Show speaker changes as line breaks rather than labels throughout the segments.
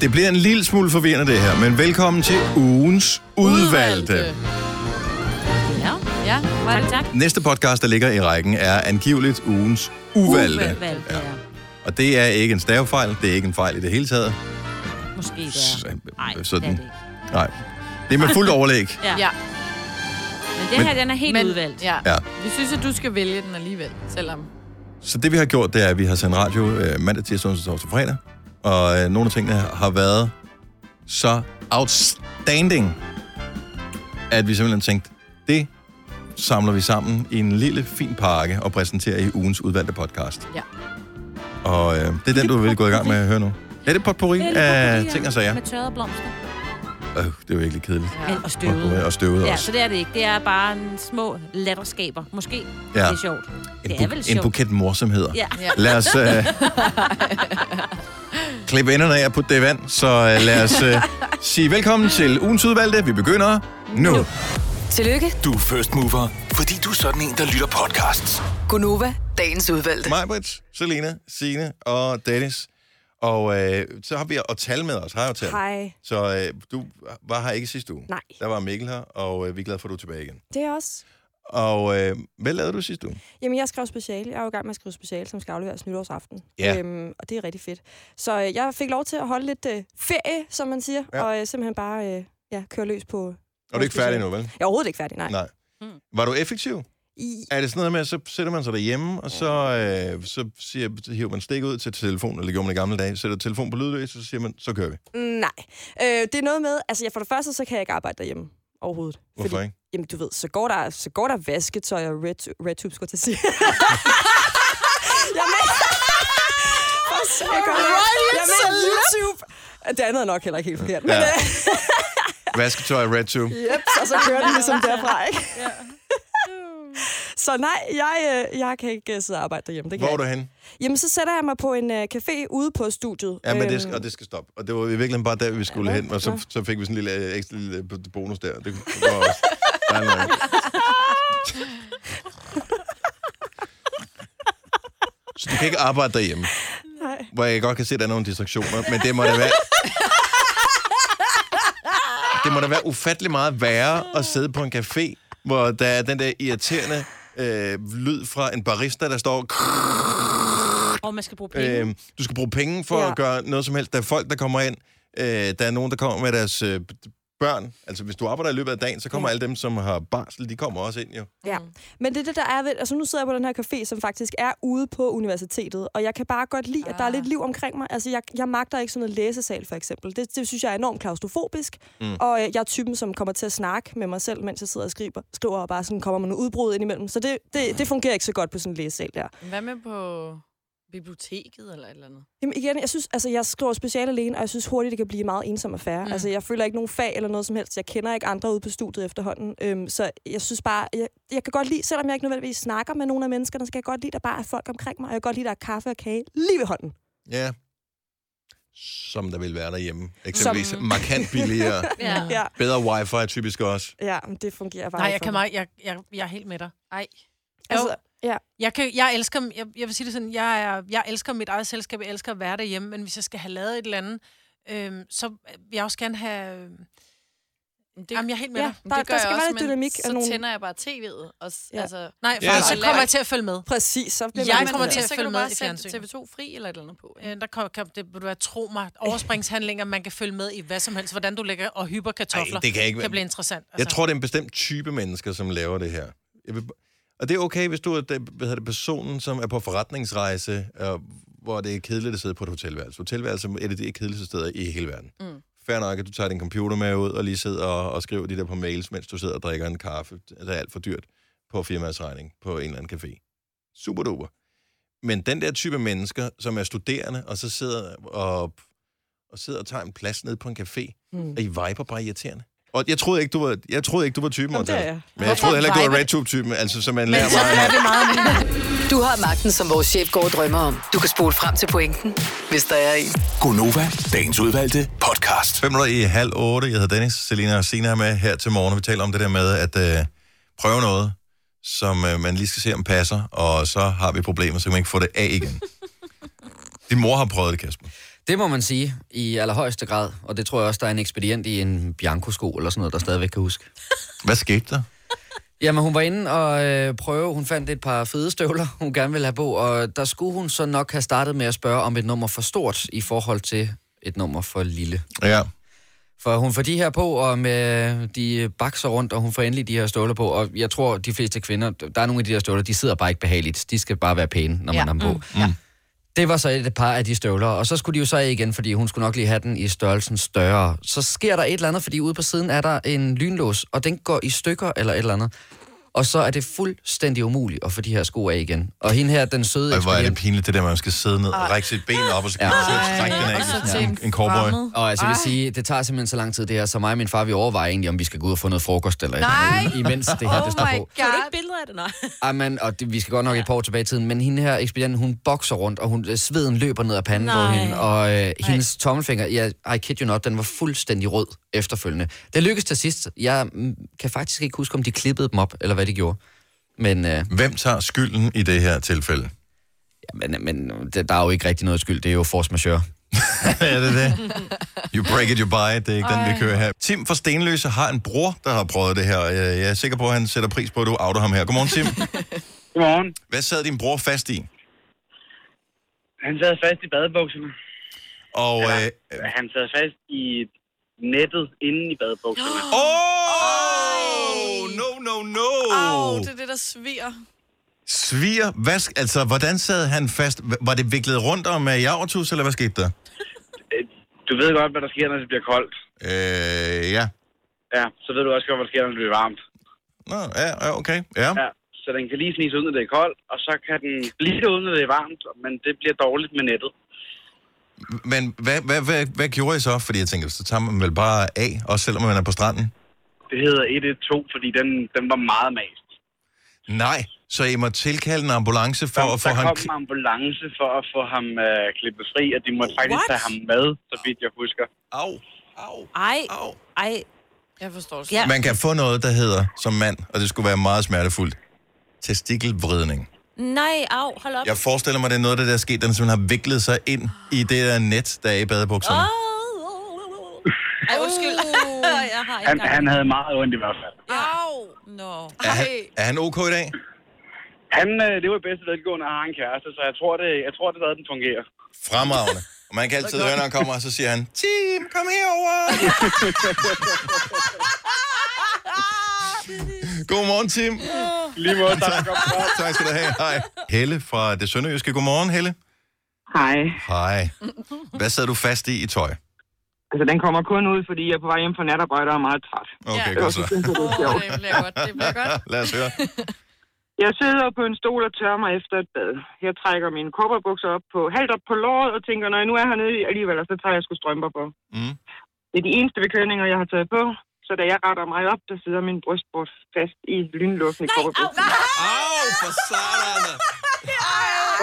Det bliver en lille smule forvirrende det her, men velkommen til ugens udvalgte. udvalgte.
Ja, ja. Tak, tak.
Næste podcast, der ligger i rækken, er angiveligt ugens uvalgte.
Uvalgte, ja.
Og det er ikke en stavefejl, det er ikke en fejl i det hele taget.
Måske det er.
Nej, sådan. Det er Nej. Det er med fuldt overlæg.
Ja. ja. Men det
Men-
her, den er helt
Men-
udvalgt.
Ja.
Ja.
Vi synes, at du skal vælge den alligevel, selvom...
Så det vi har gjort, det er, at vi har sendt radio øh, mandag, tirsdag, onsdag, torsdag, fredag. Og øh, nogle af tingene har været så outstanding, at vi simpelthen tænkte, det samler vi sammen i en lille fin pakke og præsenterer i ugens udvalgte podcast.
Ja.
Og øh, det er den, du vil gå i gang med at høre nu. Ja, det er potpourri af ting og sager.
Med tørrede blomster.
Øh, det er jo virkelig kedeligt.
Ja. Og støvet.
Potpourri Og støvet
Ja,
også.
så det er det ikke. Det er bare en små latterskaber. Måske. Ja. Det
Ja.
er sjovt.
En,
Det er vel
bu- en
sjovt.
buket morsomheder.
Ja.
Ja.
Lad os øh, klippe enderne af og putte det i vand, så øh, lad os øh, sige velkommen til ugens udvalgte. Vi begynder nu. nu.
Tillykke,
Du er first mover, fordi du er sådan en, der lytter podcasts.
Gunova, dagens udvalgte.
Majbrit, Selina, Signe og Dennis. Og øh, så har vi at tale med os. Hej, Otal.
Hej.
Så øh, du var her ikke sidste uge.
Nej.
Der var Mikkel her, og øh, vi er glade for, at du er tilbage igen.
Det er også...
Og øh, hvad lavede du sidste uge?
Jamen, jeg skrev speciale. Jeg er jo i gang med at skrive speciale, som skal afleveres nytårsaften.
Ja.
Øhm, og det er rigtig fedt. Så øh, jeg fik lov til at holde lidt øh, ferie, som man siger,
Ja.
ja. og øh, simpelthen bare øh, ja, køre løs på...
Og du er ikke færdig nu, vel?
Jeg er overhovedet ikke færdig, nej. Mm.
Nej. Var du effektiv?
I,
Er det sådan noget med, at så sætter man sig derhjemme, og så, øh, så siger, så hiver man stik ud til telefonen, eller det gjorde man i gamle dage, sætter telefonen på lydløs, og så siger man, så kører vi.
nej. Øh, det er noget med... Altså, jeg, for det første, så kan jeg ikke arbejde derhjemme overhovedet.
Hvorfor ikke?
Jamen, du ved, så går der, så går der vasketøj og red, red tube, skulle jeg til at sige. jeg mener... Først- Jeg gør det. Jeg mener YouTube. Det andet er nok heller ikke helt forkert. Men,
Ja.
øh,
Vasketøj, red tube.
Yep, og så kører den ligesom derfra, ikke? Så nej, jeg, øh, jeg kan ikke øh, sidde og arbejde derhjemme. Det kan
Hvor er
jeg
du hen?
ikke. Jamen, så sætter jeg mig på en øh, café ude på studiet.
Ja, men det skal,
Øhm,
og det skal stoppe. Og det var i virkeligheden bare der, vi skulle
Ja,
hen, og så,
ja.
så fik vi sådan en lille øh, ekstra lille b- bonus der. Det var også dejligt nok. Så du kan ikke arbejde derhjemme,
Nej.
hvor jeg godt kan se, at der er nogle distraktioner, men det må da være... Det må da være ufattelig meget værre at sidde på en café, hvor der er den der irriterende øh, lyd fra en barista, der står...
Og man skal bruge penge.
Øh, du skal bruge penge for ja.
Ja.
at gøre noget som helst. Der er folk, der kommer ind. Øh, der er nogen, der kommer med deres øh, børn. Altså, hvis du arbejder i løbet af dagen, så kommer ja. alle dem, som har barsel, de kommer også ind, jo.
Ja. Men det er det, der er ved... Altså, nu sidder jeg på den her café, som faktisk er ude på universitetet, og jeg kan bare godt lide, at der er lidt liv omkring mig. Altså, jeg, jeg magter ikke sådan noget læsesal, for eksempel. Det, det synes jeg er enormt klaustrofobisk, mm. og øh, jeg er typen, som kommer til at snakke med mig selv, mens jeg sidder og skriver, skriver og bare sådan kommer med nogle udbrud indimellem. Så det, det, det fungerer ikke så godt på sådan en læsesal der.
Hvad med på biblioteket eller et eller andet?
Jamen igen, jeg synes, altså jeg skriver speciale alene, og jeg synes hurtigt, det kan blive en meget ensom affære. Mm. Altså jeg føler ikke nogen fag eller noget som helst. Jeg kender ikke andre ude på studiet efterhånden. Øhm, så jeg synes bare, jeg, jeg kan godt lide, selvom jeg ikke nødvendigvis snakker med nogen af menneskerne, så kan jeg godt lide, at der bare er folk omkring mig, og jeg kan godt lide, at der er kaffe og kage lige ved hånden.
Ja. Som der vil være derhjemme. Eksempelvis som... markant billigere.
Ja.
Ja,
Bedre wifi typisk også.
ja men det fungerer bare
Ah. Nej,
ikke
jeg
for
kan
mig.
meget, jeg, jeg, jeg er helt med dig.
Ej.
Altså, ja.
Jeg, kan, jeg elsker, jeg, jeg vil sige det sådan, jeg, er, jeg elsker mit eget selskab, jeg elsker at være derhjemme, men hvis jeg skal have lavet et eller andet, øhm, så vil jeg også gerne have... Øh,
Det,
jamen, jeg er helt med
Ja.
dig.
men
der-
det gør
der skal
jeg
være
også,
lidt
men
dynamik
Så
af nogle-
tænder jeg bare tv'et. Og, s-
Ja.
altså,
Nej, for
Ja,
yes. så
og
kommer
lad-
jeg til at følge med.
Præcis, så bliver
Jeg
man
men
kommer
det-
til at
så kan
følge
du
med
bare
i
sætte
fjernsynet.
TV2 fri eller et eller andet på. Ja.
Øh, Der kan, kan det, vil du være, tro mig, overspringshandlinger, man kan følge med i hvad som helst, hvordan du lægger og hyper kartofler.
Ej, det kan ikke være-
kan blive interessant. Altså.
Jeg tror, det er en bestemt type mennesker, som laver det her. Jeg vil... Og det er okay, hvis du er den, hvad hedder det, personen, som er på forretningsrejse, og hvor det er kedeligt at sidde på et hotelværelse. Hotelværelse er det de kedeligste steder i hele verden. Mm. Fair nok, at du tager din computer med ud og lige sidder og, og skriver de der på mails, mens du sidder og drikker en kaffe. Det er alt for dyrt på firmaets regning på en eller anden café. Super duper. Men den der type mennesker, som er studerende, og så sidder og, og, sidder og tager en plads ned på en café, mm. og I viber bare irriterende. Og jeg troede ikke, du var, jeg troede ikke, du var typen,
Jamen, det er
Morten.
jeg.
Men jeg troede heller ikke, du var RedTube-typen, altså som man lærer mig.
det er meget
Du har magten, som vores chef går og drømmer om. Du kan spole frem til pointen, hvis der er en.
Gonova, dagens udvalgte podcast.
5 minutter i halv otte. Jeg hedder Dennis, Selina og Sina er med her til morgen. og Vi taler om det der med at øh, prøve noget, som øh, man lige skal se, om passer. Og så har vi problemer, så kan man ikke få det af igen. Din mor har prøvet det, Kasper.
Det må man sige, i allerhøjeste grad. Og det tror jeg også, der er en ekspedient i en Bianco-sko eller sådan noget, der stadigvæk kan huske.
Hvad skete der?
Jamen, hun var inde og øh, prøve. Hun fandt et par fede støvler, hun gerne ville have på, og der skulle hun så nok have startet med at spørge, om et nummer for stort i forhold til et nummer for lille.
Ja.
For hun får de her på, og med de bakser rundt, og hun får endelig de her støvler på. Og jeg tror, de fleste kvinder, der er nogle af de her støvler, de sidder bare ikke behageligt. De skal bare være pæne, når man
Ja.
ja. har dem på. Mm. Ja. Det var så et par af de støvler, og så skulle de jo så af igen, fordi hun skulle nok lige have den i størrelsen større. Så sker der et eller andet, fordi ude på siden er der en lynlås, og den går i stykker eller et eller andet. Og så er det fuldstændig umuligt at få de her sko af igen. Og hende her, den søde
Ej, hvor er det
ekspedient...
pinligt, det der, man skal sidde ned og række sit ben op, og så kan man sidde og strække den af,
og så til
sådan en, en cowboy.
fremmed.
Og altså, jeg vil sige, det tager simpelthen så lang tid det her, så mig og min far, vi overvejer egentlig, om vi skal gå ud og få noget frokost eller et eller andet, imens det her, det står på.
Kan du ikke billeder af det? Nej.
Ej, men, og det, vi skal godt nok et par år tilbage i tiden, men hende her ekspedient, hun bokser rundt, og hun, øh, sveden løber ned ad panden på
Nej.
hende, og øh, hendes tommelfinger, ja, I kid you not, den var fuldstændig rød efterfølgende. Det lykkedes til sidst. Jeg mm, kan faktisk ikke huske, om de klippede dem op, eller hvad de gjorde. Men, øh,
Hvem tager skylden i det her tilfælde?
men, men øh, det, der er jo ikke rigtig noget skyld, det er jo force majeure.
er det det? You break it, you buy it. Det er ikke Ej. den, vi kører her. Tim fra Stenløse har en bror, der har prøvet det her, og jeg jeg er sikker på, at han sætter pris på, at du outer ham her. Godmorgen, Tim.
Godmorgen.
Hvad sad din bror fast i?
Han sad fast i badebukserne.
Og... Åh! Øh,
Han sad fast i nettet inde i badebukserne.
oh, no, no,
Åh,
no!
det er det, der sviger.
Sviger, hvad, sk- altså, hvordan sad han fast? H- Var det viklet rundt om øh, Javertus, eller hvad skete der?
Øh, Du ved godt, hvad der sker, når det bliver koldt.
Øh, ja.
Ja, så ved du også godt, hvad der sker, når det bliver varmt.
Nå, ja, ja, okay. Ja.
Ja, så den kan lige snige uden, at det er koldt, og så kan den blive det, uden, at det er varmt, men det bliver dårligt med nettet.
Men hvad, hvad, hvad, hvad gjorde I så? Fordi jeg tænker, så tager man vel bare af, også selvom man er på stranden?
Det hedder 112, fordi den, den var meget mast.
Nej, så I må tilkalde en ambulance for
der,
at få
der
ham...
kom en ambulance for at få ham øh, klippet fri, og de måtte faktisk
What?
tage ham med, så vidt jeg husker.
Au, au,
Ej,
au.
ej.
Jeg forstår det.
Ja.
Man kan få noget, der hedder, som mand, og det skulle være meget smertefuldt, testikelvridning.
Nej, au, hold op.
Jeg forestiller mig, det er noget, af det, der er sket, den simpelthen har viklet sig ind i det der net, der er i badebukserne.
Au, au, au, au. Ej, undskyld. jeg har ikke
Han, han
engang.
havde meget ondt i hvert fald.
Au!
Nå.
Er han, er han ok i dag?
Han øh, lever i bedste velgående og har en kæreste, så jeg tror, det, jeg tror, det er, den fungerer.
Fremragende. Og man kan altid høre, når han kommer, og så siger han, Tim, kom herover! Godmorgen, Tim.
Lige måde, tak. Godt for det.
Tak skal du have. Hej. Helle fra det sønderjyske. Godmorgen, Helle.
Hej.
Hej. Hvad sad du fast i i tøj?
Altså, den kommer kun ud, fordi jeg er på vej hjem fra natarbejde og er meget træt.
Okay,
Det
ja,
var
godt så.
synes jeg, det var
Åh,
sjovt.
det bliver godt, det bliver godt.
Lad os høre.
Jeg sidder på en stol og tørrer mig efter et bad. Jeg trækker mine kopperbukser op på halvt op på låret og tænker, når jeg nu er hernede alligevel, så tager jeg sgu strømper på.
Mm.
Det er de eneste beklædninger, jeg har taget på. Så da jeg retter mig op, der sidder min brystbord fast i lynlåsen i kopperbuksen.
Au, for satan. altså.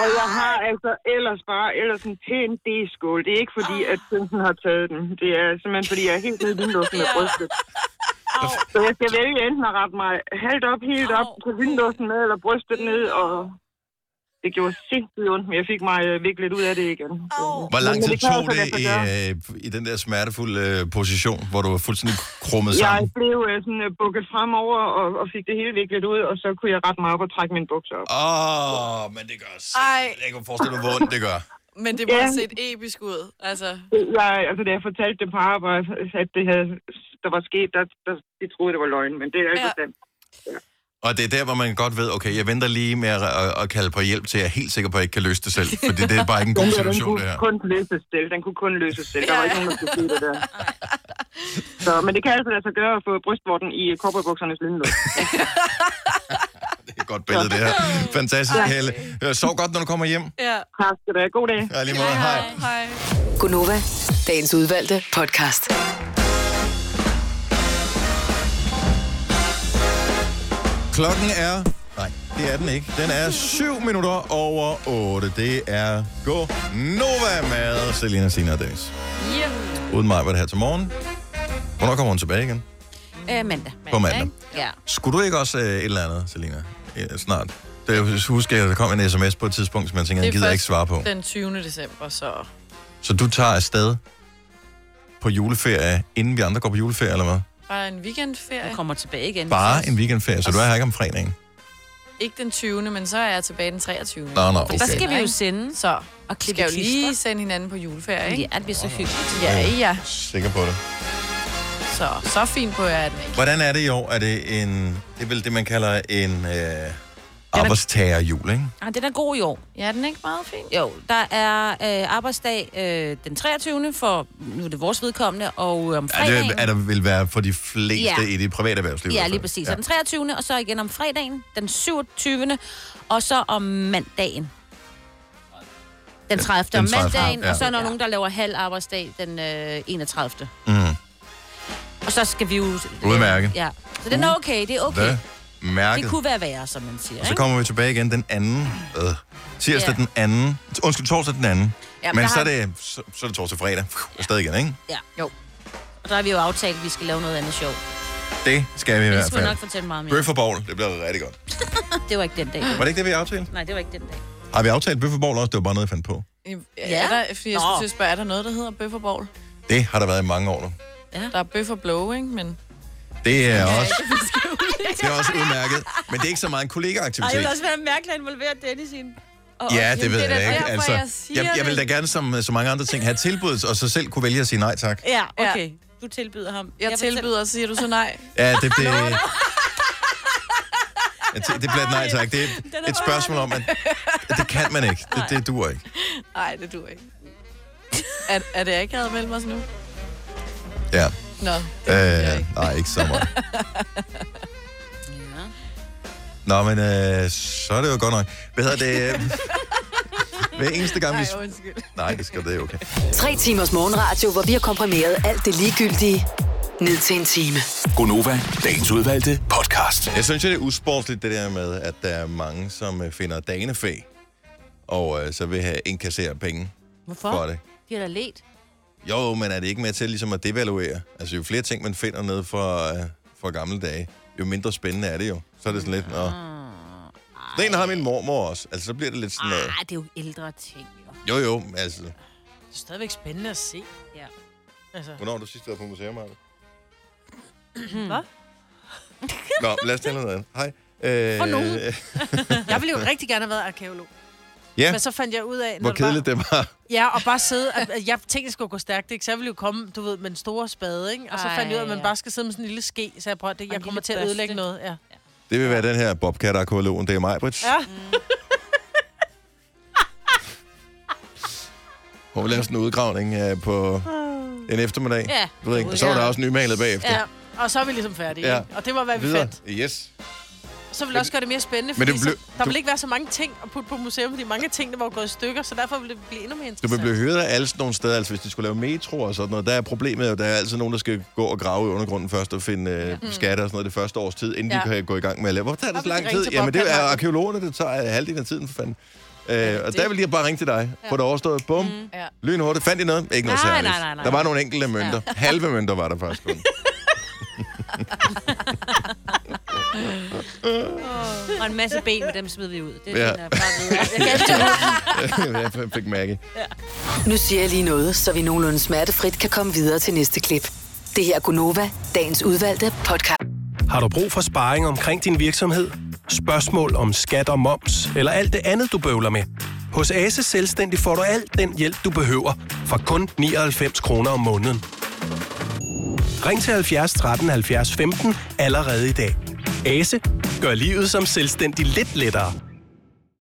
Og jeg har altså ellers bare ellers en pæn D-skål. Det er ikke fordi, at prinsen har taget den. Det er simpelthen fordi, jeg er helt nede i lynlåsen med brystet. Så jeg skal vælge enten at rette mig halvt op, helt op på lynlåsen med, eller brystet ned, og det gjorde sindssygt ondt, men jeg fik mig øh, viklet ud af det igen. Så-
Hvor lang
Men
tid
det kan
tog
altså lade
det
sig
i,
gøre.
øh, i den der smertefulde øh, position, hvor du var fuldstændig krummet
Jeg
sammen?
blev øh, sådan øh, bukket fremover og, og fik det hele viklet ud, og så kunne jeg rette mig op og trække mine bukser op.
Åh, oh, men det gør
Ej.
simpelthen. Jeg kan forestille mig, hvor ondt det gør.
Men det må
Ja.
have set episk ud. Altså,
Det- Jeg, altså, da jeg fortalte dem på arbejde, at det havde, der var sket, der, der, de troede, det var løgn, men det er altså
Ja.
ja. sandt.
Og det er der, hvor man godt ved, okay, jeg venter lige med at, at, at kalde på hjælp til, jeg er helt sikker på, at jeg ikke kan løse det selv. Fordi det er bare ikke en god
Den, der, den
situation,
kunne
det her.
kun løses selv. Den kunne kun løses selv. Der var ikke nogen, der skulle se det der. Så, men det kan altså lade sig gøre at få brystvorten i korporbuksernes lynlås.
Det er et godt billede, det her. Fantastisk, Helle. Øh, Sov godt, når du kommer hjem.
ja.
Tak skal du have. God dag.
Ja, lige måde. Hej.
Hej.
Gunova, dagens udvalgte podcast.
Klokken er... Nej, det er den ikke. Den er 7 minutter over 8. Det er Go Nova med Selina Sina og Dennis.
Yeah.
Uden mig var det her til morgen. Hvornår kommer hun tilbage igen?
Øh, mandag.
På mandag.
Ja.
Skulle du ikke også øh, et eller andet, Selina? Ja, snart. Det husker jeg, der kom en sms på et tidspunkt, som jeg tænkte, jeg
Det er
gider
først
ikke svare på.
Den 20. december, så...
Så du tager afsted på juleferie, inden vi andre går på juleferie, eller hvad?
Bare en weekendferie.
Du kommer tilbage igen.
Bare en weekendferie, så du er her ikke om fredagen.
Ikke den 20. men så er jeg tilbage den 23.
Nå, nå,
Fordi
okay.
Der skal vi jo sende.
Så
Og
skal
klippe
jeg jo
klister.
lige sende hinanden på juleferie, ikke?
Ja, det bliver så hyggeligt.
Ja, ja.
Sikker på det.
Så, så fint på jer er den ikke.
Hvordan er det i år? Er det en, det er vel det, man kalder en øh, arbejdstagerjul, ikke?
Ah, den er god i år.
Ja, er den ikke meget fin?
Jo, der er øh, arbejdsdag øh, den 23. for, nu er det vores vedkommende, og øh, om
Ja,
fredagen...
det er der vil være for de fleste
Ja.
i det private erhvervsliv. i
Ja,
hvert
lige
fald.
præcis. Ja. Den 23. og så igen om fredagen, den 27. og så om mandagen. Den 30.
den
om
30.,
mandagen,
ja.
og så er der nogen, der laver halv arbejdsdag den øh, 31.
Mm.
Og så skal vi jo...
Udmærket. Mm.
Ja. Så den er okay, det er okay.
Hvad? Mærket.
Det kunne være værre, som man siger,
Og så
ikke?
kommer vi tilbage igen den anden. Øh. Tirsdag
Ja.
den anden. Undskyld, torsdag den anden.
Ja,
men
der
så er
har-
det, så, så er det torsdag fredag. Phew, Og stadig igen, ikke?
Ja. Jo. Og der har vi jo aftalt, at vi skal lave noget andet sjov.
Det skal vi i
Men det
hvert
skal vi
fald.
nok fortælle meget mere.
Bøf og bowl, det bliver rigtig godt.
Det var ikke den dag.
Var det ikke det, vi aftalte?
Nej, det var ikke den dag.
Har vi aftalt bøf og bowl også? Det var bare noget, jeg fandt på.
Ja. Er der, fordi
Nå.
jeg skulle til at spørge, er der noget, der hedder bøf og bowl?
Det har der været i mange år nu.
Der er bøf og blow, ikke? Men
Det er også, det er også udmærket. Men det er ikke så meget en kollegaaktivitet.
også være mærkeligt at involvere Dennis i en...
Ja, det ved
det er da
jeg ikke.
derfor,
Altså,
jeg siger
jeg, jeg vil da
det.
gerne, som øh, så mange andre ting, have tilbuddet, og så selv kunne vælge at sige nej tak.
Ja, okay. Du tilbyder ham.
jeg, jeg
fortæller-
tilbyder, så siger du så nej.
Ja, det blev... Ja, det, det blev et nej tak. Det er et spørgsmål om, at, at det kan man ikke. Det, det dur ikke.
Nej, det duer ikke. Er, er det jeg ikke, jeg havde meldt mig sådan nu?
Ja.
Nå,
Øh, nej, ikke så meget. Nå, men øh, så er det jo godt nok. Hvad hedder det? øh, Hver eneste gang, vi...
nej, undskyld.
Nej, det skal det er okay.
Tre timers morgenradio, hvor vi har komprimeret alt det ligegyldige ned til en time.
Gonova, dagens udvalgte podcast.
Jeg synes, jo, det er usportligt, det der med, at der er mange, som øh, finder danefæ, og øh, så vil have indkassere penge
Hvorfor?
for det.
De har da let.
Jo, men er det ikke med til ligesom at devaluere? Altså, jo flere ting, man finder ned fra, øh, fra gamle dage, jo mindre spændende er det jo. Så er det sådan lidt, nå. Den har min mormor også. Altså, så bliver det lidt sådan noget.
Ah, det er jo ældre ting, jo.
Jo, jo, men altså.
Det er stadigvæk spændende at se.
Ja.
Altså,
Hvornår har du sidst været på museum, Marve?
Hvad?
Nå, lad os tale om noget andet. Hej. Øh,
For nogen. jeg ville jo rigtig gerne have været arkeolog.
Ja,
Men så fandt jeg ud af... når
hvor
det var-
kedeligt det var.
Ja, og bare sidde... At, at jeg tænkte, det skulle gå stærkt, ikke? Så jeg ville jo komme, du ved, med en stor spade, ikke? Og så
Ej,
fandt jeg ud af, at man
ja.
bare skal sidde med sådan en lille ske, så jeg prøver, det, jeg
en
kommer
lille
til at ødelægge
børste.
noget. Ja.
Det vil være den her bobcat arkeologen det er mig, Brits.
Ja.
Hun vil lave sådan en udgravning øh, på en eftermiddag.
Ja.
Du ved ikke, og så var der
Ah. Ja.
også nymalet bagefter.
ja. Og så er vi ligesom færdige,
Ja.
ja. ikke? Og det var, hvad vi
Videre.
fandt.
Yes.
Så ville det også gøre det mere spændende,
Men
fordi
det
det
blev-
så, der
du-
ville ikke være så mange ting at putte på museum, fordi mange af tingene var jo gået i stykker, så derfor ville det blive endnu mere
Du vil
interessant.
blive høret af alle sådan nogle steder, altså hvis de skulle lave metro og sådan noget, der er problemet jo, der er altid nogen, der skal gå og grave i undergrunden først og finde øh, skatte og sådan noget det første års tid, inden ja.
Ja.
de kan gå i gang med at lave. Hvorfor tager det så
vil de
lang
ringe
tid?
til
Jamen det er
Bobcat-vagten.
arkeologerne, det tager øh, halvdelen af tiden for fanden. Øh, og
det.
der vil de bare ringe til dig, ja. få det overstået, bum, mm.
Ja.
lynhurtigt, fandt I noget? Ikke noget
Nej,
særligt.
nej, nej, nej.
Der var nogle enkelte mønter, ja. halve mønter var der faktisk kun.
Og en masse ben, men dem smider vi ud. Det
Ja.
ja. er bare videre. Jeg kan ikke
jeg fik mærke.
Nu siger jeg lige noget, så vi nogenlunde smertefrit kan komme videre til næste klip. Det her er Gunova, dagens udvalgte podcast.
Har du brug for sparring omkring din virksomhed? Spørgsmål om skat og moms, eller alt det andet, du bøvler med? Hos Ase Selvstændig får du alt den hjælp, du behøver, for kun 99 kroner om måneden. Ring til 70 13 70 15 allerede i dag. Ase gør livet som selvstændig lidt lettere.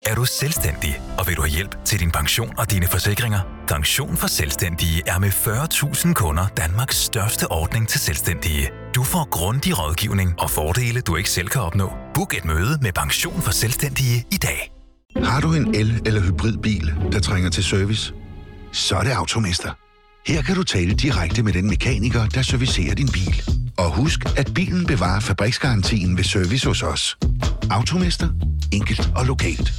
Er du selvstændig, og vil du have hjælp til din pension og dine forsikringer? Pension for Selvstændige er med 40.000 kunder Danmarks største ordning til selvstændige. Du får grundig rådgivning og fordele, du ikke selv kan opnå. Book et møde med Pension for Selvstændige i dag.
Har du en el- eller hybridbil, der trænger til service? Så er det Automester. Her kan du tale direkte med den mekaniker, der servicerer din bil. Og husk, at bilen bevarer fabriksgarantien ved service hos os. Automester. Enkelt og lokalt.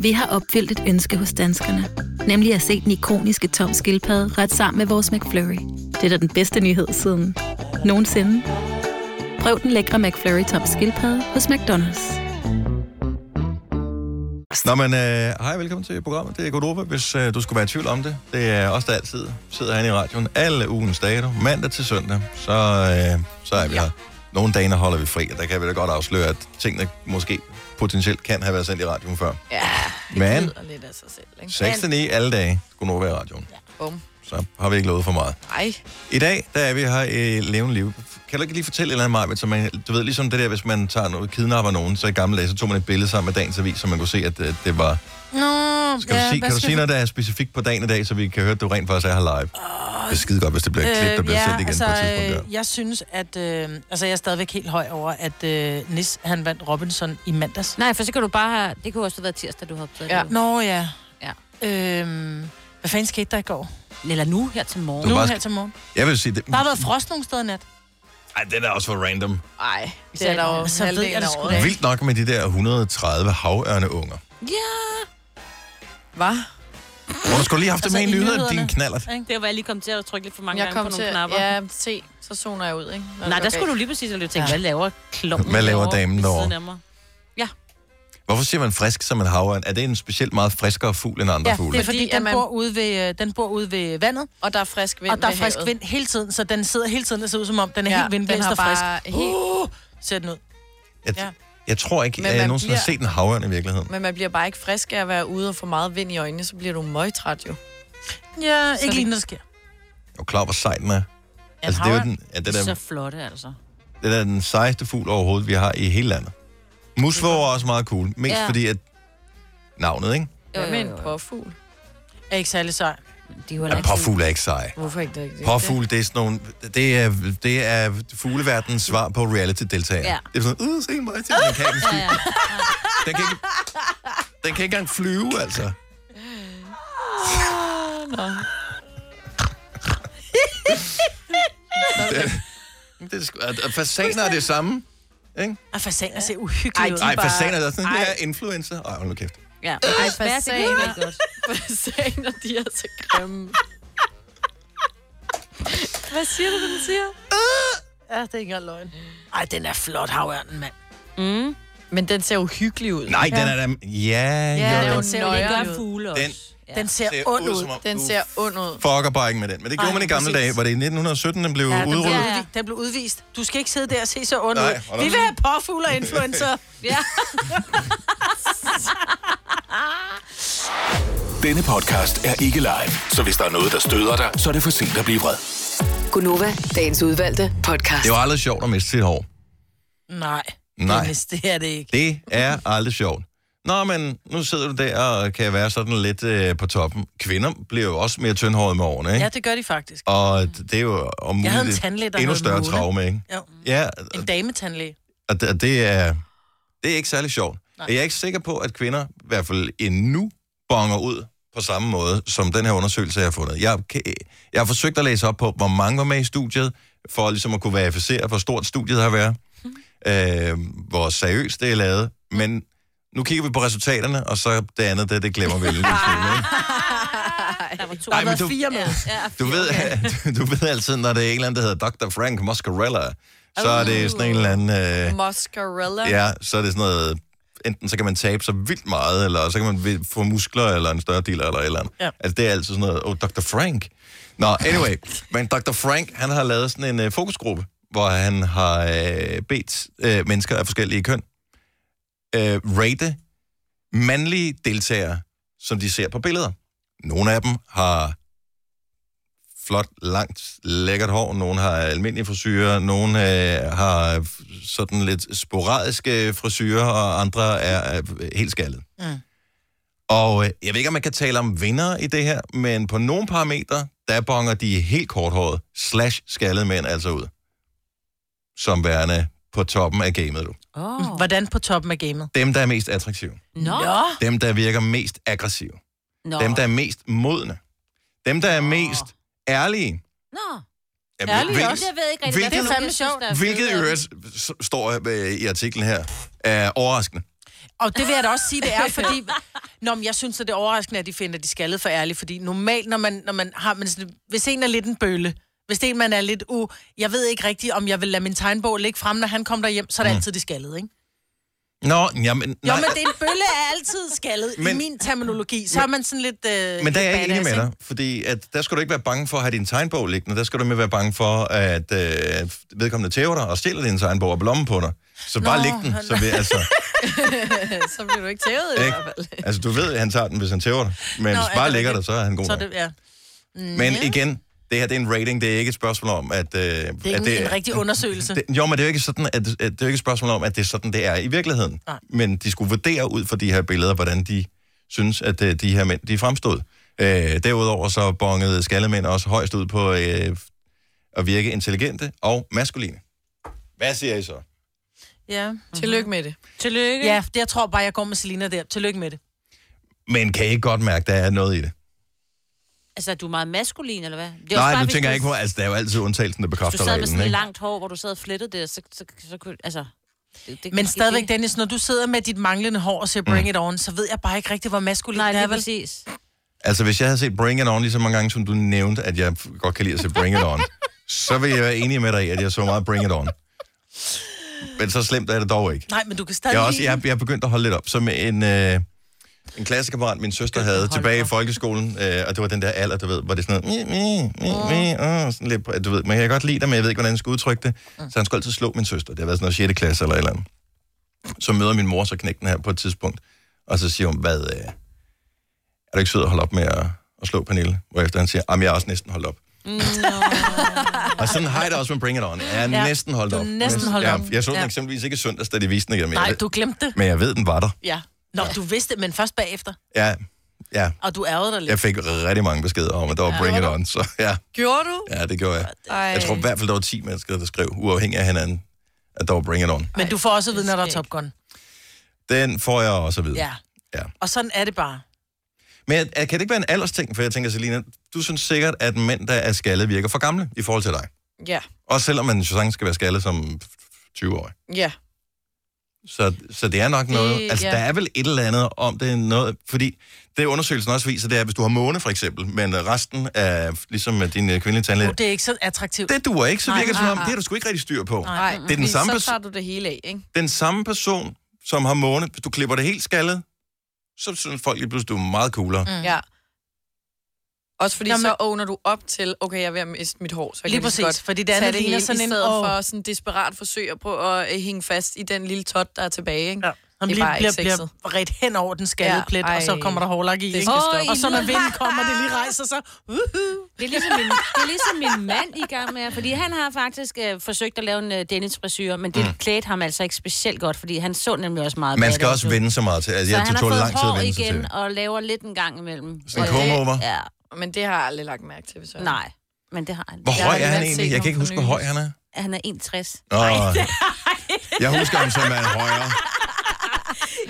Vi har opfyldt et ønske hos danskerne. Nemlig at se den ikoniske tom skildpadde ret sammen med vores McFlurry. Det er da den bedste nyhed siden nogensinde. Prøv den lækre McFlurry tom skildpadde hos McDonald's.
Nå, men øh, hej, velkommen til programmet. Det er Godova, hvis øh, du skulle være i tvivl om det. Det er os, der altid sidder herinde i radioen. Alle ugens dage, du. mandag til søndag, så, øh, så er vi ja. her. Nogle dage holder vi fri, og der kan vi da godt afsløre, at tingene måske potentielt kan have været sendt i radioen før.
Ja,
Men
og lidt af sig selv. Ikke?
6 til 9 alle dage skulle Nova i radioen.
Bum.
Så har vi ikke lovet for meget.
Ej.
I dag, der er vi her i levende liv. Kan du ikke lige fortælle et eller andet, Marvind, så man, du ved, ligesom det der, hvis man tager noget, kidnapper nogen, så i gamle dage, så tog man et billede sammen med dagens avis, så man kunne se, at øh, det var...
Nå,
Skal du sige, kan du sige noget, der er specifikt på dagen i dag, så vi kan høre, at du rent faktisk er her live? Oh, det er skide godt, hvis det bliver et klip, der bliver sendt igen
altså,
på et tidspunkt.
øh, Jeg synes, at... Øh, altså, jeg er stadigvæk helt høj over, at øh, Nis, han vandt Robinson i mandags.
Nej, for så kan du bare have... Det kunne også have været tirsdag, du havde optaget
Ja.
det.
Nå ja. ja. Øhm, hvad fanden skete der i går?
Eller nu her til morgen.
Nu
Du var-
her til morgen.
Der. Jeg vil sige, det,
Der har været frost nogle steder i nat.
ej, den er også for random.
Nej,
det er der jo
Så ved jeg
halvdelen
det
af
sgu da
året.
ikke.
Vildt nok med de der 130 havørneunger.
Ja.
Hvad?
Hvor du skulle lige have haft det med i nyheder, din knallert.
Det var jeg lige kom til at trykke lidt for mange
Jeg
gange
kom
på nogle
til-
knapper.
ja, se, så zoner jeg ud, ikke?
Nej,
Når det
der
går
skulle du
galt.
lige præcis have tænkt, ja. hvad laver klumpen
Hvad laver damen
derovre? ved
derovre?
siden af mig?
Hvorfor siger man frisk som en havørn? Er det en specielt meget friskere fugl end andre
Ja,
fugle?
det er fordi, den, bor ude ved, øh, den bor ude ved vandet.
Og der er frisk vind
Og der er
ved
frisk
havet.
vind hele tiden, så den sidder hele tiden og ser ud som om, den er
Ja,
helt vindblæst
den
og
har
frisk.
bare helt-
Uh, ser den ud.
Jeg,
Ja.
jeg tror ikke,
Men
at jeg
man
nogensinde har
bliver-
set en havørn i virkeligheden.
Men man bliver bare ikke frisk af at være ude og få meget vind i øjnene, så bliver du møgtræt jo.
Ja,
ikke lige,
når det sker.
Jeg er jo klar, hvor sej den er. Altså, det er jo den, ja, det,
Det er så
der,
flotte, altså.
det er den sejeste fugl overhovedet, vi har i hele landet. Musvåger er også meget cool. Mest
Ja.
fordi, at navnet, ikke?
Hvad med en påfugl?
Er ikke særlig sej.
Det er jo
Ja, påfugl er ikke sej.
Hvorfor ikke det? det?
Påfugl, det er sådan nogle... Det er, det er fugleverdens svar på reality-deltagere.
Ja.
Ja. Det er sådan, uh, se mig til den kan ikke flyve." Den kan ikke, den kan ikke engang flyve, altså.
Ah, Nå.
Det, det er, sgu- og- og fasaner er det samme, ikke?
Og fasaner ser uhyggeligt ud.
Nej, fasaner er sådan, det er influencer. Ej, hold nu kæft.
Ja,
Ej,
fasaner-
fasaner. fasaner, de er så grimme.
Hvad siger du, den siger? Ja, det er ikke engang løgn. Ej, den er flot, havørnen, mand.
Mm. Men den ser uhyggelig ud.
Nej, den er da... Ja,
Ja,
jo, jo.
den ser jo
Det
nøjere
gør
ud.
fugle også.
Den
Den ser,
Ser
ond
ud,
ud.
som om
Den ser ond ud.
fucker bare ikke med den. Men det gjorde
Ej,
man i gamle
præcis.
dage. Var det i 1917, den blev ja,
Ja, den, blev,
udryddet?
ja, den blev udvist. Du skal ikke sidde der og se så ondt
Nej,
ud.
hold
Vi
op.
vil have påfugle og influencer. ja.
Denne podcast er ikke live, så hvis der er noget, der støder dig, så er det for sent at blive vred.
Gunova, dagens udvalgte podcast.
Det er jo aldrig sjovt at miste sit hår.
Nej.
Nej.
Dennis, det er det ikke.
Det er aldrig sjovt. Nå, men nu sidder du der og kan være sådan lidt øh, på toppen. Kvinder bliver jo også mere tyndhårede med årene, ikke?
Ja, det gør de faktisk.
Og det er jo om
Jeg havde en
muligt
tandlæge, der
endnu
hed
større
Mona.
traume, ikke?
Jo.
Ja,
En dametandlæge.
og det, og det er, det er ikke særlig sjovt. Nej. Jeg er ikke sikker på, at kvinder i hvert fald endnu bonger ud på samme måde, som den her undersøgelse, jeg har fundet. Jeg, kan- jeg har forsøgt at læse op på, hvor mange var med i studiet, for ligesom at kunne verificere, hvor stort studiet har været, øh, hvor seriøst det er lavet, men nu kigger vi på resultaterne, og så det andet, det, det glemmer vi lidt.
Der var to.
Ej, men du-
med. Ja,
Du ved, du ved altid, når det er en eller anden, der hedder Dr. Frank Muscarella, så er det sådan en eller anden... Øh,
Mozzarella.
Ja, så er det sådan noget, enten så kan man tabe sig vildt meget, eller så kan man vi- få muskler, eller en større dealer, eller et eller andet.
Ja.
Altså, det er altid sådan noget, oh, Dr. Frank. Nå, anyway, men Dr. Frank, han har lavet sådan en øh, fokusgruppe, hvor han har øh, bedt øh, mennesker af forskellige køn øh, rate mandlige deltagere, som de ser på billeder. Nogle af dem har flot, langt, lækkert hår, nogle har almindelige frisyrer, nogle øh, har f- sådan lidt sporadiske frisyrer, og andre er øh, helt skaldet.
Mm.
Og øh, jeg ved ikke, om man kan tale om vinder i det her, men på nogle parametre, der bonger de helt korthåret slash skaldede mænd altså ud. Som værende på toppen af gamet, du.
Oh. Hvordan på toppen af gamet?
Dem, der er mest attraktive.
Nå. Nå.
Dem, der virker mest aggressive.
Nå.
Dem, der er mest modne. Dem, der er mest ærlige.
Nå.
Jamen, hvil-
Jeg ved ikke rigtig,
hvilket-
hvad for nogen, jeg synes, der er
Hvilket i
fede.
øvrigt s- står øh, i artiklen her, er overraskende.
Og det vil jeg da også sige, det er, fordi... Nå, men jeg synes, at det er overraskende, at de finder, at de skaldet for ærlige, fordi normalt, når man, når man har... Men sådan, hvis en er lidt en bølle, hvis det er en, man er lidt u... Jeg ved ikke rigtigt, om jeg vil lade min tegnbog ligge frem, når han kommer derhjem, så er det
Mm.
altid de skaldede, ikke?
Nå, jamen,
Jo,
nej.
men det er en bølle er altid skaldet men, i
Men-
min terminologi. Så er man sådan lidt... Øh,
Men der er jeg
lidt
ikke enig med
badass,
dig, fordi at der skal du ikke være bange for at have din tegnbog liggende. Der skal du mere være bange for, at øh, vedkommende tæver dig og stjæler din tegnbog og blommen på dig. Så
Nå,
bare læg den. Så vi,
nej.
altså,
så bliver du ikke tævet i
Ikke?
hvert fald.
altså, du ved, at han tager den, hvis han tæver dig. Men Nå,
Nå,
hvis
er
du bare
det
lægger
rigtigt?
dig, så er han god
Så er
nok.
det, ja.
Men igen, det her det er en rating. Det er ikke et spørgsmål om, at... Øh, det er
Det er
at
ikke en, en rigtig undersøgelse.
Det, jo, men det er jo ikke sådan, at, at det er jo ikke et spørgsmål om, at det er sådan, det er i virkeligheden.
Nej.
Men de skulle vurdere ud fra de her billeder, hvordan de synes, at øh, de her mænd, de fremstod. Øh, derudover så bongede skallemænd også højst ud på øh, at virke intelligente og maskuline. Hvad siger I så?
Ja. Tillykke med det. Tillykke. Ja, det, jeg tror bare, jeg går med Selina der. Tillykke med det.
Men kan I ikke godt mærke, der er noget i det?
Altså, er du meget maskulin, eller hvad? Det
det
også
Nej,
bare,
nu
hvis
tænker
du-
jeg ikke på, altså der er jo altid undtagelsen, der
Hvis du
bekræfter
sad med
reglen,
sådan
ikke?
et langt hår, hvor du sad og flettede det, så, så, så, så kunne... Altså, det, det
Men
gik
stadigvæk,
ikke.
Dennis, når du sidder med dit manglende hår og siger
Mm.
bring it on, så ved jeg bare ikke rigtig, hvor maskulin Nej, det er, vel?
præcis.
Altså, hvis jeg havde set Bring It On lige så mange gange, som du nævnte, at jeg f- godt kan lide at se Bring It On, så vil jeg være enig med dig i, at jeg så meget Bring It On. Men så slemt er det dog ikke.
Nej, men du kan stadig
Jeg er, også,
lide
jeg,
den.
jeg er begyndt at holde lidt op. Som en, øh, en klassekammerat, min søster havde tilbage i folkeskolen, øh, og det var den der alder, du ved, hvor det er sådan noget, mi, mi, mi, mi, uh, sådan lidt, du ved, men jeg kan godt lide dig, men jeg ved ikke, hvordan jeg skal udtrykke det.
Mm.
Så han skulle altid slå min søster. Det har været sådan noget 6. klasse eller et eller andet. Så møder min mor så knægten her på et tidspunkt, og så siger hun, hvad, øh, er du ikke sød at holde op med at, at slå Pernille? Hvorefter han siger, jamen jeg er også næsten holdt op. Og sådan har jeg det også med Bring It On. Jeg er
Ja,
ja, næsten holdt
du er
op.
næsten holdt op.
Jeg, jeg så den
Ja.
ja. eksempelvis ikke i søndags, da de viste den igen. men jeg
Nej,
ved-
du glemte det.
Men jeg ved, den var der.
Ja. Nå, du vidste det, men først bagefter.
Ja, ja.
Og du ærgede dig lidt.
Jeg fik rigtig mange beskeder om, at der var
Ja.
Bring It On. Så ja,
Gjorde du?
ja det gjorde jeg.
Ej.
Jeg tror i hvert fald, der var 10 mennesker, der skrev, uafhængig af hinanden, at der var Bring It On.
Men du får også at vide, når der er Top Gun.
Den får jeg også at vide.
Ja.
Ja.
Og sådan er det bare.
Men øh, kan det ikke være en aldersting? For jeg tænker, Selina, du synes sikkert, at mænd, der er skaldet, virker for gamle i forhold til dig.
Ja.
Også selvom man jo sagtens skal være skaldet som 20-årig.
Ja.
Så, så det er nok
Det-
noget... altså,
ja.
der er vel et eller andet om det er noget... Fordi det undersøgelsen også viser, det er, at hvis du har måne, for eksempel, men øh, resten er ligesom med din øh, kvindelige tandlæge...
Det er ikke så attraktivt.
Det duer ikke, så
Nej,
virker det som om,
nej, nej.
det har du sgu ikke rigtig styr på.
Nej,
det er den samme,
Så
pers-
tager du det hele af, ikke?
Mm.
den samme person, som har måne. Hvis du klipper det helt skaldet, så synes folk lige pludselig, du er meget coolere. Mm.
Ja. Også fordi
Nå,
Nå,
men-
så åbner du op til, okay, jeg er ved at miste mit hår, så jeg
Lige
kan
præcis,
godt
fordi det andet
tage det
ligner
hele,
sådan en-
i stedet
åh.
for sådan desperat forsøg at prøve at øh, hænge fast i den lille tot, der er tilbage, ikke? Ja.
Som
det er
lige
bare
bliver,
ikke sexet.
bliver ret hen over den skaldede ja,
Ja,
plet, og så
ej.
kommer der hårlak i.
Det
ikke?
skal stoppe.
Og så når vinden kommer, det lige rejser sig. Uhuh.
Det er, ligesom min, det er ligesom min mand i gang med, fordi han har faktisk øh, forsøgt at lave en øh, Dennis frisyr, men det mm.
Mm.
klædte ham altså ikke specielt godt, fordi han så nemlig også meget
Man skal
badass
også
ud.
vende sig meget til. Altså,
så
jeg
han har
tog
fået
lang tid
hår
at vende sig
igen
til.
og laver lidt en gang imellem.
Sådan en
Og det-
comb-over?
Ja,
Men det har jeg aldrig lagt mærke til, hvis jeg...
nej. Men det har han.
Hvor
Jeg
høj
har
er han
ikke set
egentlig? Jeg kan ikke
nogen
huske, hvor høj
fornyelse.
han er.
Han er 61.
Nå,
det-
Jeg husker ham som en højere.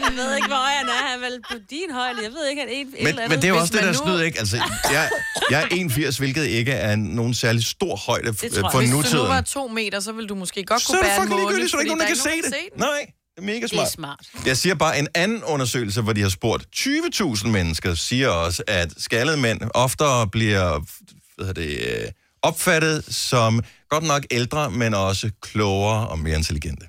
Jeg ved ikke, hvor høj han er. Han er vel på din højde. Jeg ved ikke, han er en, et
Men,
eller andet.
men det er jo
Hvis
også det,
man
der
nu-
snyder, ikke? Altså, jeg, jeg er 81, hvilket ikke er nogen særlig stor højde
Det
øh,
tror jeg.
for
Hvis
nutiden.
du nu var to meter, så ville du måske godt
Så
kunne
er det
bære en
fucking
måne.
ligegyldigt, så er der ikke nogen,
fordi
der kan se
nogen,
det. Nej, det er mega
Det er
smart.
smart.
Jeg siger bare, en anden undersøgelse, hvor de har spurgt 20.000 mennesker, siger også, at skaldede mænd oftere bliver hvad hedder det, øh, opfattet som godt nok ældre, men også klogere og mere intelligente.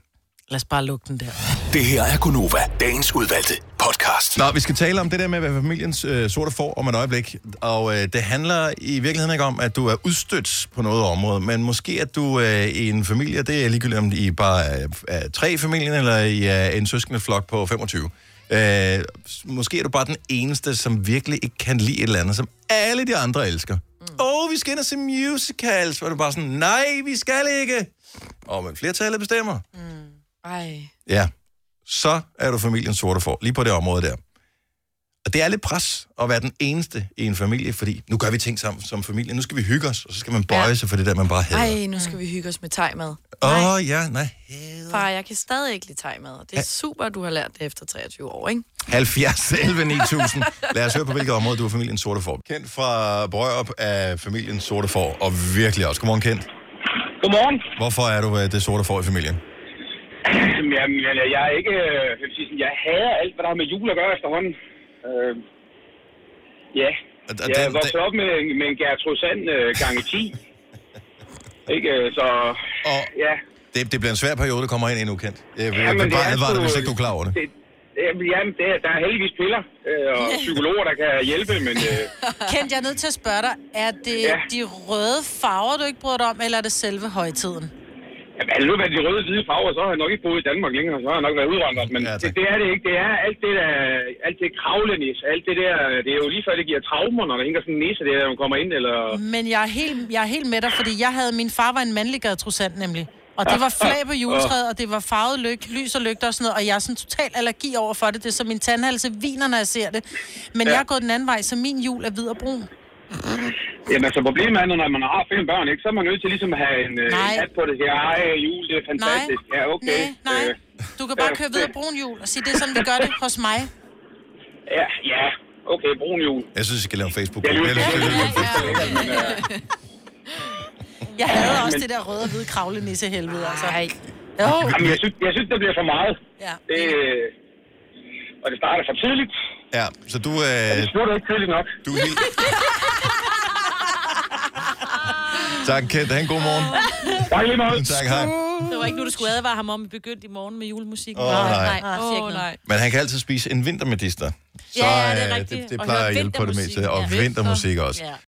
Lad os bare lukke den der.
Det her er Gunova, dagens udvalgte podcast.
Nå, vi skal tale om det der med, hvad familiens øh, sorte får om et øjeblik. Og øh, det handler i virkeligheden ikke om, at du er udstødt på noget område, men måske at du øh, i en familie, det er ligegyldigt om I bare er, er tre i familien, eller I er en søskende flok på 25. Øh, s- måske er du bare den eneste, som virkelig ikke kan lide et eller andet, som alle de andre elsker. Åh, mm. oh, vi skal ind og se musicals, hvor du bare sådan, nej, vi skal ikke. Og men flertallet bestemmer.
Ej.
Ja, så er du familien sorte for, lige på det område der. Og det er lidt pres at være den eneste i en familie, fordi nu gør vi ting sammen som familie, nu skal vi hygge os, og så skal man bøje sig for det der, man bare havde.
Ej, nu skal vi hygge os med tegmad.
Åh oh, ja, nej.
Far, jeg kan stadig ikke lide tegmad, og det er super, du har lært det efter 23 år, ikke?
70 11 9000. Lad os høre på, hvilket område du er familien sorte for. Kent fra Brørup er familien sorte for, og virkelig også. Godmorgen, Kent.
Godmorgen.
Hvorfor er du øh, det sorte for i familien?
Jamen, jeg, jeg er ikke... øh, Jeg, vil sige sådan, jeg hader alt, hvad der har med jul at gøre efterhånden. Øh, ja. Jeg er vokset op med, en- med en Gertrud Sand øh, gange 10. ikke? øh, Så...
Og,
ja.
Det, det bliver en svær periode, der kommer ind endnu, Kent. Jeg vil, jeg
Jamen,
vil
det
bare
er
advare dig,
sgu-
hvis ikke du er klar over det.
det jamen, jamen, det er, der er heldigvis piller øh, og psykologer, der kan hjælpe, men øh,
Kent, jeg er nødt til at spørge dig, er det ja.
Ja.
de røde farver, du ikke bryder dig om, eller er det selve højtiden?
jamen, havde det nu været de røde hvide farver, så har jeg nok ikke boet i Danmark længere, så har jeg nok været udvandret, men ja, det, det, er det ikke. Det er alt det der, alt det kravlenis, alt det der, det er jo lige før, det giver traumer, når der hænger sådan en næse, der, når man kommer ind, eller...
Men jeg er, helt, jeg er helt med dig, fordi jeg havde, min far var en mandlig gadetrussant nemlig. Og det var flag på juletræet, og det var farvet lyk, lys og lygter og sådan noget, og jeg er sådan total allergi over for det. Det er så min tandhalse viner, når jeg ser det. Men ja.
Ja.
jeg er gået den anden vej, så min jul er hvid og brun.
Jamen, altså problemet er, når man har fem børn, ikke, så er man nødt til ligesom at have en, øh, en hat på det her. Ej, jul, det er fantastisk. Ja, okay. Øh, Nej, nej.
Du kan bare køre hvid og brun jul og sige, det er sådan, vi gør det hos mig.
Ja, ja. Okay, brun jul.
Jeg synes, I skal lave en facebook
Jeg lytter til det.
Jeg havde
Ja,
også
øh, men-
det der røde og hvide kravlenisse helvede, altså. Jo.
Jamen, jeg synes, jeg synes, det bliver for meget.
Ja.
Det, øh, og det starter for tidligt.
Ja, så du... Øh,
det slutter ikke tidligt nok.
Du er helt... tak, Kent. Ha' en god morgen.
Tak lige meget.
Tak, hej.
Det var ikke nu, du skulle advare ham om, at vi begyndte i morgen med julemusikken.
Åh, nej.
nej. Åh, oh, nej.
Men han kan altid spise en vintermedister. Så
Ja, ja, det er
øh,
rigtigt.
det, det
Og
plejer
høre
at hjælpe på det
vintermusik,
meste. Og
ja.
vintermusik også.
Ja.